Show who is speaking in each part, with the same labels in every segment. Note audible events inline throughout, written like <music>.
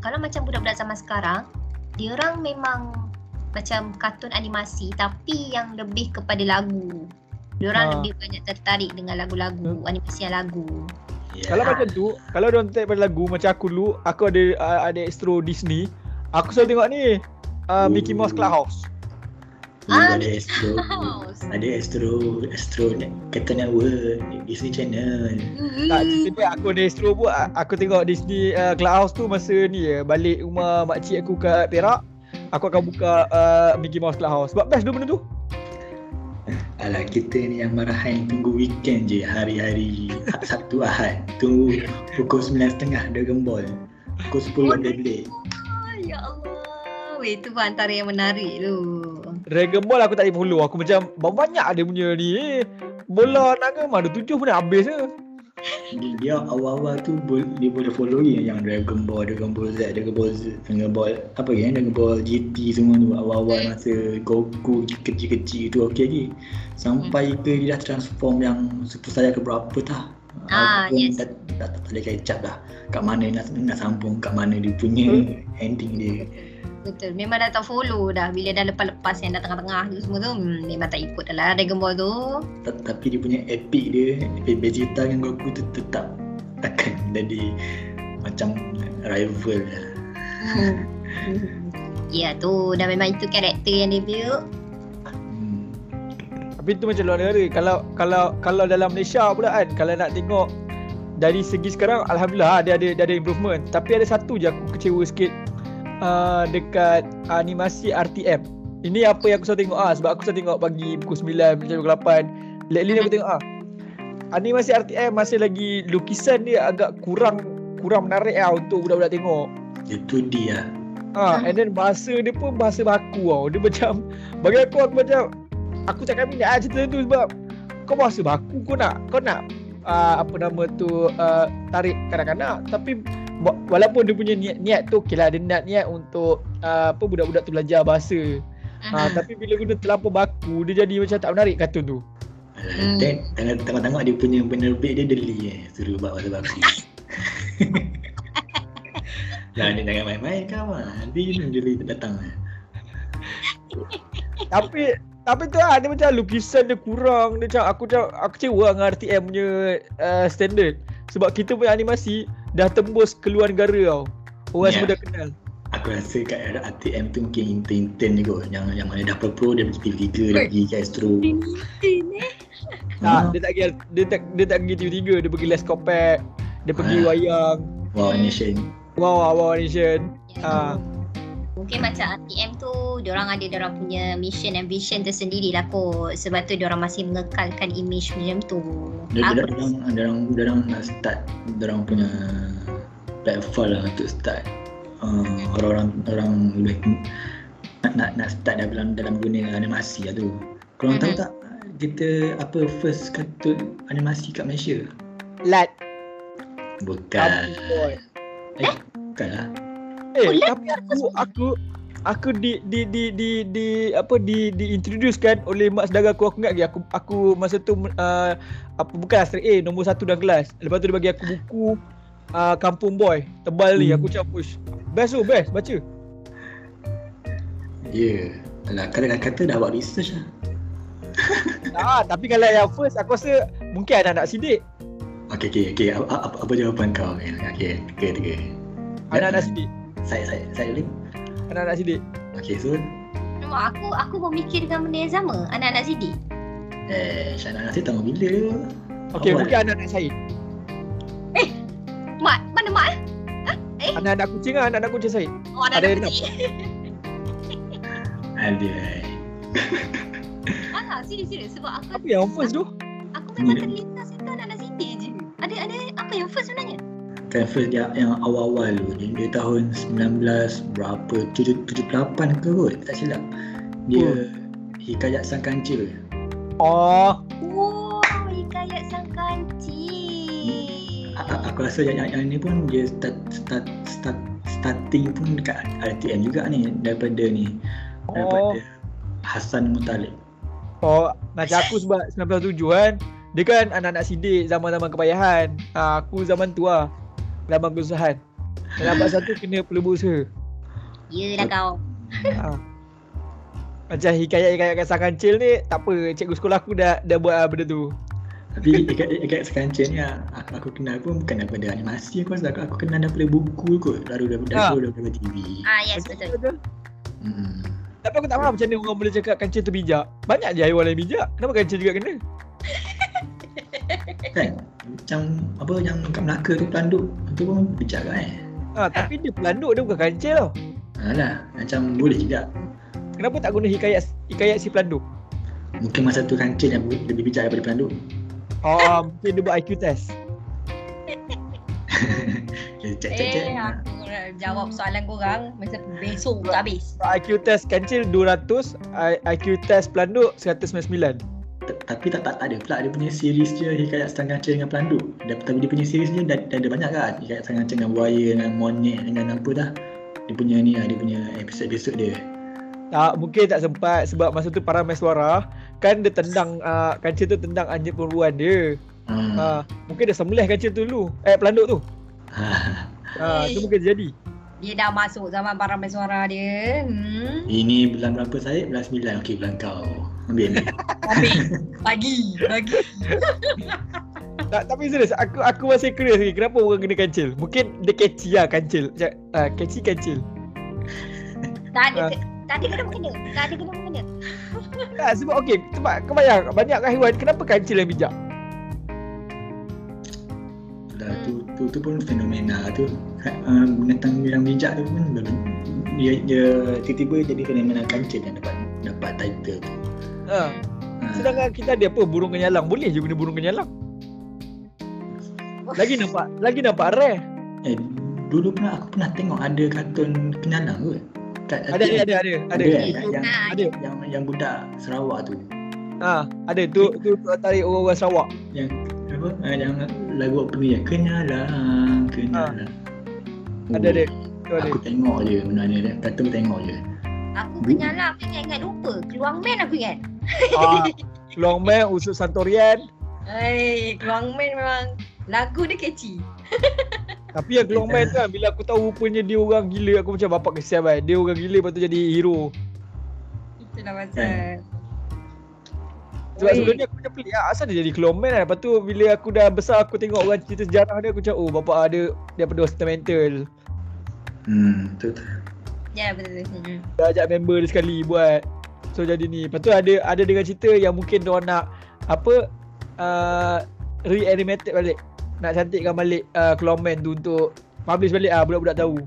Speaker 1: kalau macam budak-budak zaman sekarang, dia orang memang macam kartun animasi tapi yang lebih kepada lagu. Dia orang
Speaker 2: Ah. Hmm.
Speaker 1: lebih banyak tertarik dengan lagu-lagu, animasi yang lagu.
Speaker 3: Yeah.
Speaker 2: Kalau macam tu, kalau dia orang pada lagu macam aku dulu, aku ada uh, ada extro Disney, aku selalu tengok ni uh, Mickey Mouse Clubhouse.
Speaker 1: Ah,
Speaker 3: ada Astro.
Speaker 1: House.
Speaker 3: Ada Astro, Astro ni- Cartoon Network, Disney Channel.
Speaker 2: Tak,
Speaker 1: Hmm.
Speaker 2: sebab aku ada extro pun, a- aku tengok Disney uh, Clubhouse tu masa ni ya, balik rumah makcik aku kat Perak, aku akan buka uh, Mickey Mouse Clubhouse. Sebab best tu benda tu.
Speaker 3: Alah kita ni yang marahan tunggu weekend je hari-hari Sabtu Ahad. Tunggu pukul 9.30 dia gembol. Pukul 10 dia beli.
Speaker 1: Ah, <laughs> ya Allah. Weh, tu pun antara yang menarik tu.
Speaker 2: Dragon Ball aku tak boleh follow. Aku macam banyak dia punya ni. "Eh, Bola naga mah ada tujuh pun dah habis je.
Speaker 3: Dia- Dia awal-awal tu bol- dia boleh follow je yang Dragon Ball, Dragon Ball Z, Dragon Ball Z, Dragon Ball apa lagi eh, Dragon Ball GT semua tu
Speaker 1: Hmm.
Speaker 3: awal-awal masa Goku kecil-kecil tu okey lagi. Sampai
Speaker 1: Hmm.
Speaker 3: ke dia dah transform yang Super Saiyan ke berapa tah.
Speaker 1: Ah,
Speaker 3: Aku pun
Speaker 1: yes.
Speaker 3: dah, dah, tak boleh kecap dah. Kat mana nak, nak sambung, kat mana dia punya
Speaker 1: Hmm.
Speaker 3: ending dia.
Speaker 1: Betul. Memang dah tak follow dah. Bila dah lepas-lepas yang dah tengah-tengah tu semua tu, hmm, memang tak ikut dah lah Dragon Ball
Speaker 2: <laughs>
Speaker 1: tu.
Speaker 3: Ta- tapi dia punya epic dia epic Vegeta dengan Goku tu tetap takkan jadi macam rival lah
Speaker 1: Hmm. Ya tu, dah memang itu karakter yang dia build.
Speaker 3: hmm.
Speaker 2: Tapi tu macam luar negara. Kalau kalau kalau dalam Malaysia pula kan, kalau nak tengok dari segi sekarang alhamdulillah dia ada dia ada improvement. Tapi ada satu je aku kecewa sikit uh, dekat animasi RTM. Ini apa yang aku selalu tengok ah sebab aku selalu tengok pagi pukul 9, pukul 8. Lately ni aku tengok ah. Animasi RTM masih lagi lukisan dia agak kurang kurang menarik lah untuk budak-budak tengok.
Speaker 3: itu dia lah.
Speaker 2: Ha, and then bahasa dia pun bahasa baku tau. Dia macam bagi aku aku macam aku tak minat lah cerita tu sebab kau bahasa baku kau nak kau nak uh, apa nama tu uh, tarik kanak-kanak tapi wa- walaupun dia punya niat-niat tu okey lah dia niat-niat untuk uh, apa budak-budak tu belajar bahasa. Ha,
Speaker 1: <laughs> Mhm.
Speaker 2: tapi bila guna terlampau baku dia jadi macam tak menarik kartun tu.
Speaker 1: Hmm.
Speaker 3: hmm. then tengok- tengok-tengok dia punya penerbit dia deli eh suruh buat bahasa basi Jangan Lah, dia jangan main-main kau lah Nanti deli datang lah
Speaker 2: tapi tapi tu lah dia macam lukisan dia kurang dia macam aku macam aku kecewa dengan RTM punya uh, standard sebab kita punya animasi dah tembus keluar negara tau orang yeah.
Speaker 3: Yeah.
Speaker 2: semua dah kenal
Speaker 3: Aku rasa kat era ATM tu mungkin intern-intern je kot Yang, yang mana dah pro dia pergi Liga, dia pergi kat Astro
Speaker 2: tak dia tak pergi dia tak dia tak pergi tiga-tiga dia pergi Les Kopek dia pergi
Speaker 3: Ah.
Speaker 2: wayang
Speaker 3: Wow Nation
Speaker 2: wow wow, wow nation
Speaker 1: Ya.
Speaker 2: Ah.
Speaker 1: Mungkin macam RTM tu, diorang ada diorang punya mission and vision tersendiri lah kot. Sebab tu diorang masih mengekalkan image macam tu.
Speaker 3: Dia
Speaker 1: Aku
Speaker 3: dia orang dia orang dia orang nak start dia orang punya platform lah untuk start uh, orang-orang orang lebih nak nak, nak start dalam dalam dunia animasi lah tu. Korang tahu
Speaker 1: Mhm.
Speaker 3: tak kita apa first kartun animasi kat Malaysia?
Speaker 2: lat
Speaker 3: Bukan.
Speaker 2: tapi boy
Speaker 3: Eh, bukan lah.
Speaker 2: eh
Speaker 1: Oh, Lat
Speaker 2: tapi aku aku aku di di di di, di apa di di introduce kan oleh mak saudara aku aku ingat lagi aku aku masa tu uh, apa bukan straight A nombor satu dalam kelas lepas tu dia bagi aku buku uh, Kampung Boy tebal ni
Speaker 3: Hmm.
Speaker 2: aku macam push best tu best baca
Speaker 3: Ya. Yeah. Alah, kata-kata dah buat research lah.
Speaker 2: ah tapi kalau yang first aku rasa mungkin anak-anak sidik
Speaker 3: Okay, okay, okay. Apa, apa, apa jawapan kau? Okay, okay. Tiga, tiga.
Speaker 2: anak-anak sidik
Speaker 3: Saya, saya, saya dulu.
Speaker 2: anak-anak sidik
Speaker 3: Okay, so.
Speaker 1: Nampak aku aku memikirkan benda yang sama. Anak-anak sidik.
Speaker 3: Eh, Syahna Nasir tahu bila tu?
Speaker 2: okey
Speaker 3: Awal.
Speaker 2: mungkin anak-anak saya
Speaker 1: Mat, mana mak? eh?
Speaker 2: anak-anak kucing ah anak-anak kucing saya
Speaker 1: Oh,
Speaker 2: Ada
Speaker 1: anak-anak
Speaker 2: enam.
Speaker 1: kecil.
Speaker 3: Aduh.
Speaker 1: Ah, serius-serius. Sebab aku
Speaker 2: apa yang first tu
Speaker 1: aku memang
Speaker 3: Ya.
Speaker 1: terlintas itu anak-anak sidik je. Ada ada apa yang first sebenarnya?
Speaker 3: Kan first dia yang awal-awal tu dia, dia tahun 19 berapa 7, 78 ke kot tak silap dia
Speaker 2: Oh.
Speaker 3: hikayat sang kancil
Speaker 2: oh
Speaker 1: Wow, hikayat sang kancil.
Speaker 3: A- a- aku rasa yang, yang, yang ni pun dia start, start, start, starting pun dekat RTM juga ni daripada ni
Speaker 2: oh
Speaker 3: daripada Hasan
Speaker 2: <laughs>
Speaker 3: Mutalib
Speaker 2: Oh, macam aku sebab 97 kan. Dia kan anak-anak sidik zaman-zaman kepayahan. Ha, aku zaman tu lah. Zaman kesusahan. Nak dapat
Speaker 1: <laughs>
Speaker 2: satu kena peluru usaha.
Speaker 1: Yelah kau.
Speaker 2: Ha. Macam hikayat-hikayat kisah kancil ni tak apa cikgu sekolah aku dah dah buat ah, benda tu.
Speaker 3: Tapi dekat, dekat sekancen ni aku, aku kenal pun bukan daripada animasi aku rasa aku, aku kenal daripada buku kot baru daripada,
Speaker 2: Ah.
Speaker 3: daripada, daripada TV.
Speaker 1: Ah yes betul.
Speaker 2: Betul.
Speaker 3: Hmm.
Speaker 2: Tapi aku tak faham macam mana orang boleh cakap kancil tu bijak. Banyak je haiwan lain bijak. Kenapa kancil juga kena?
Speaker 3: Kan? Macam apa yang kat Melaka tu pelanduk tu pun bijak kan eh.
Speaker 2: Ha, tapi dia pelanduk dia bukan kancil tau.
Speaker 3: Alah, macam boleh juga.
Speaker 2: Kenapa tak guna hikayat hikayat si pelanduk?
Speaker 3: Mungkin masa tu kancil yang bu- lebih bijak daripada pelanduk.
Speaker 2: Ha, mungkin dia buat IQ test.
Speaker 3: <laughs> Dia cek cek Ha. cek.
Speaker 4: Eh,
Speaker 1: ya.
Speaker 4: aku nak jawab soalan korang masa besok tak habis.
Speaker 2: Buat IQ test kancil 200, I- IQ test pelanduk 199.
Speaker 3: T- Tapi tak, tak, tak ada pula dia punya series dia hikayat sang kancil dengan pelanduk. Dia, tapi dia punya series dia dah, dah ada banyak kan. Hikayat sang kancil dengan buaya, dengan monyet, dengan apa dah. Dia punya ni lah, dia punya episod-episod dia.
Speaker 2: Tak, Ah, mungkin tak sempat sebab masa tu para suara kan dia tendang uh, kancil tu tendang anjing perempuan dia.
Speaker 3: Hmm.
Speaker 2: Ha, mungkin dia sembelih kancil tu dulu. Eh pelanduk tu.
Speaker 3: <laughs>
Speaker 2: Ha, tu mungkin jadi.
Speaker 4: Dia dah masuk zaman para mesuara dia. Hmm.
Speaker 3: Ini bulan berapa saya? Bulan 9. Okey, bulan kau. Ambil ni.
Speaker 4: Ambil. Bagi. Bagi.
Speaker 2: Tak, tapi serius aku aku masih curious lagi kenapa orang kena kancil. Mungkin dia catchy lah kancil. Macam uh, catchy kancil.
Speaker 1: Tak ada ke- tak ada kena mengena. Tak ada kena mengena.
Speaker 2: Tak, sebab okey, sebab kau bayang banyak haiwan kenapa kancil yang bijak?
Speaker 3: Dah tu, tu, tu pun fenomena tu. Uh, binatang yang bijak tu pun ber- dia, dia tiba-tiba jadi fenomena kancil yang dapat dapat title tu.
Speaker 2: Ha.
Speaker 3: Ah.
Speaker 2: Sedangkan kita ada apa burung kenyalang. Boleh je guna burung kenyalang. Lagi nampak lagi nampak rare.
Speaker 3: Eh, dulu pernah aku pernah tengok ada kartun kenyalang kot. Kat,
Speaker 2: Ada ada ada ada. Ada.
Speaker 3: Ada, eh?
Speaker 2: Itu,
Speaker 3: yang,
Speaker 1: Ha,
Speaker 2: ada.
Speaker 3: yang, yang budak Sarawak tu.
Speaker 2: Ha, ada tu tu untuk tarik orang-orang Sarawak.
Speaker 3: Yang apa? Uh, yang lagu apa ni? Yang kenyalang, kenyalang.
Speaker 2: Ah. Ada ada. Tu ada.
Speaker 3: Oh, <laughs> Aku tengok je benda ni. Kartun tengok je.
Speaker 1: Aku kenyalah aku ingat-ingat lupa. Keluang man aku ingat.
Speaker 2: Ah, Long Man, Usut Santorian.
Speaker 4: Hai, Keluang Man memang lagu dia catchy.
Speaker 2: Tapi yang Long Man tu kan, bila aku tahu rupanya dia orang gila, aku macam bapak kesian kan. Dia orang gila, lepas tu jadi hero.
Speaker 4: Itulah pasal.
Speaker 2: Sebab
Speaker 4: Weh,
Speaker 2: sebelum ni aku macam pelik lah. Asal dia jadi Long Man kan? Lepas tu bila aku dah besar, aku tengok orang cerita sejarah dia, aku macam, oh bapak ada daripada hospital mental.
Speaker 3: Hmm, tu
Speaker 4: Ya, betul betul. Hmm.
Speaker 2: Dia ajak member dia sekali buat. So jadi ni. Lepas tu ada ada dengan cerita yang mungkin dia nak apa uh, reanimated balik. Nak cantikkan balik uh, Long Man tu untuk publish balik ah budak-budak tahu.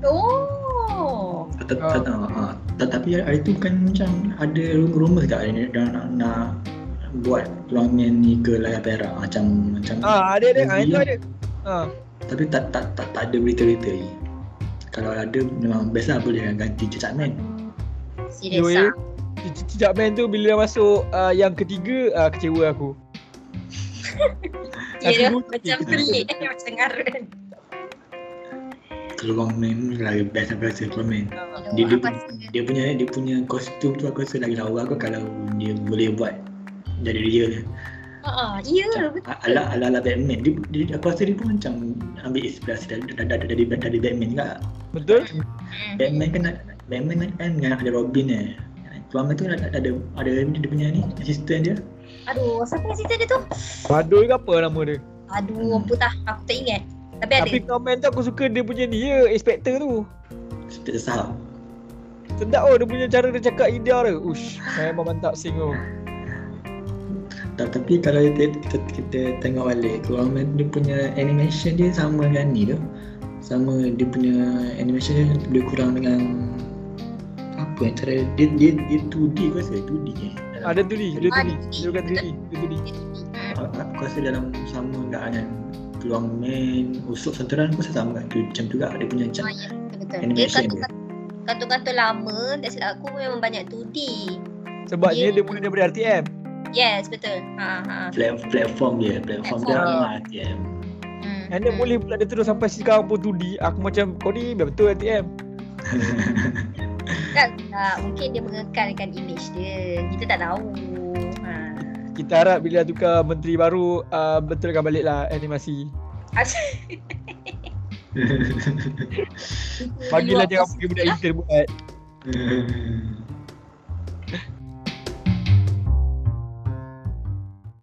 Speaker 4: Oh.
Speaker 3: Tet-
Speaker 2: Ah.
Speaker 3: tet- ah, ah. Tet- Tapi hari tu kan macam ada rumah-rumah kat hari ni dah nak, nak buat pelongan ni ke Layar Perak macam macam
Speaker 2: Ah ada ada. Ah itu ada. Ah.
Speaker 3: tapi tak tak tak, tak ada berita-berita ni. Kalau ada memang biasa boleh lah ganti cecak man.
Speaker 1: Serius
Speaker 2: Yo, yo.
Speaker 1: ah.
Speaker 2: Cicak Man tu bila masuk uh, yang ketiga uh, kecewa aku.
Speaker 4: Dia dah
Speaker 2: Aku dulu-
Speaker 4: Ya, macam pelik. eh, Macam ngarut.
Speaker 3: Keluang man lagi best lah apa rasa keluang man. Dia,
Speaker 1: Yo,
Speaker 3: dia,
Speaker 1: Aku rasa
Speaker 3: dia punya dia punya kostum tu aku rasa lagi lawa aku kalau dia boleh buat jadi real
Speaker 4: Ha, ya.
Speaker 3: ala ala ala Batman dia, dia, aku rasa dia pun macam ambil inspirasi dari dari dari, dari Batman juga
Speaker 2: Betul?
Speaker 3: Batman kan ada- Batman kan dengan ada Robin eh. Tuan Man tu ada ada ada dia punya ni assistant dia.
Speaker 1: aduh siapa yang cerita dia tu?
Speaker 2: Badul ke apa nama dia?
Speaker 4: Aduh, apa tah? Aku tak ingat. Tapi ada.
Speaker 2: Tapi komen tu aku suka dia punya ni ya, inspector tu.
Speaker 3: Assistant sahab.
Speaker 2: Sedap oh dia punya cara dia cakap idea dia. Ush, memang mantap sing oh. tu.
Speaker 3: Ta- Tapi kalau kita, kita, kita tengok balik Tuan Man dia punya animation dia sama dengan ni tu. Sama dia punya animation dia lebih kurang dengan apa yang cara dia dia, dia 2D ke rasa 2D eh.
Speaker 2: Ada tu ni, Ah, dia tu ni. Dia bukan tu ni, dia tu ni.
Speaker 3: Aku rasa dalam sama juga dengan Tuan Man, Usuk Santoran pun sama kan. Tu macam tu juga dia punya macam
Speaker 1: Oh, ya, betul betul. Dia
Speaker 3: animation dia.
Speaker 1: kartun- kartun-kartun lama, tak silap aku memang banyak 2D.
Speaker 2: Sebabnya dia mula daripada RTM.
Speaker 1: Yes, betul. Ha ha.
Speaker 3: Plat- platform dia, platform dia ah, TM.
Speaker 1: Hmm.
Speaker 2: And dia boleh pula dia terus sampai sekarang pun 2D. Aku macam kau ni memang betul RTM.
Speaker 1: Tak, tak, mungkin dia mengekalkan image dia. Kita tak tahu. Ha.
Speaker 2: Kita harap bila ah, kan tukar menteri baru uh, betulkan baliklah animasi. Bagilah dia orang punya budak intern buat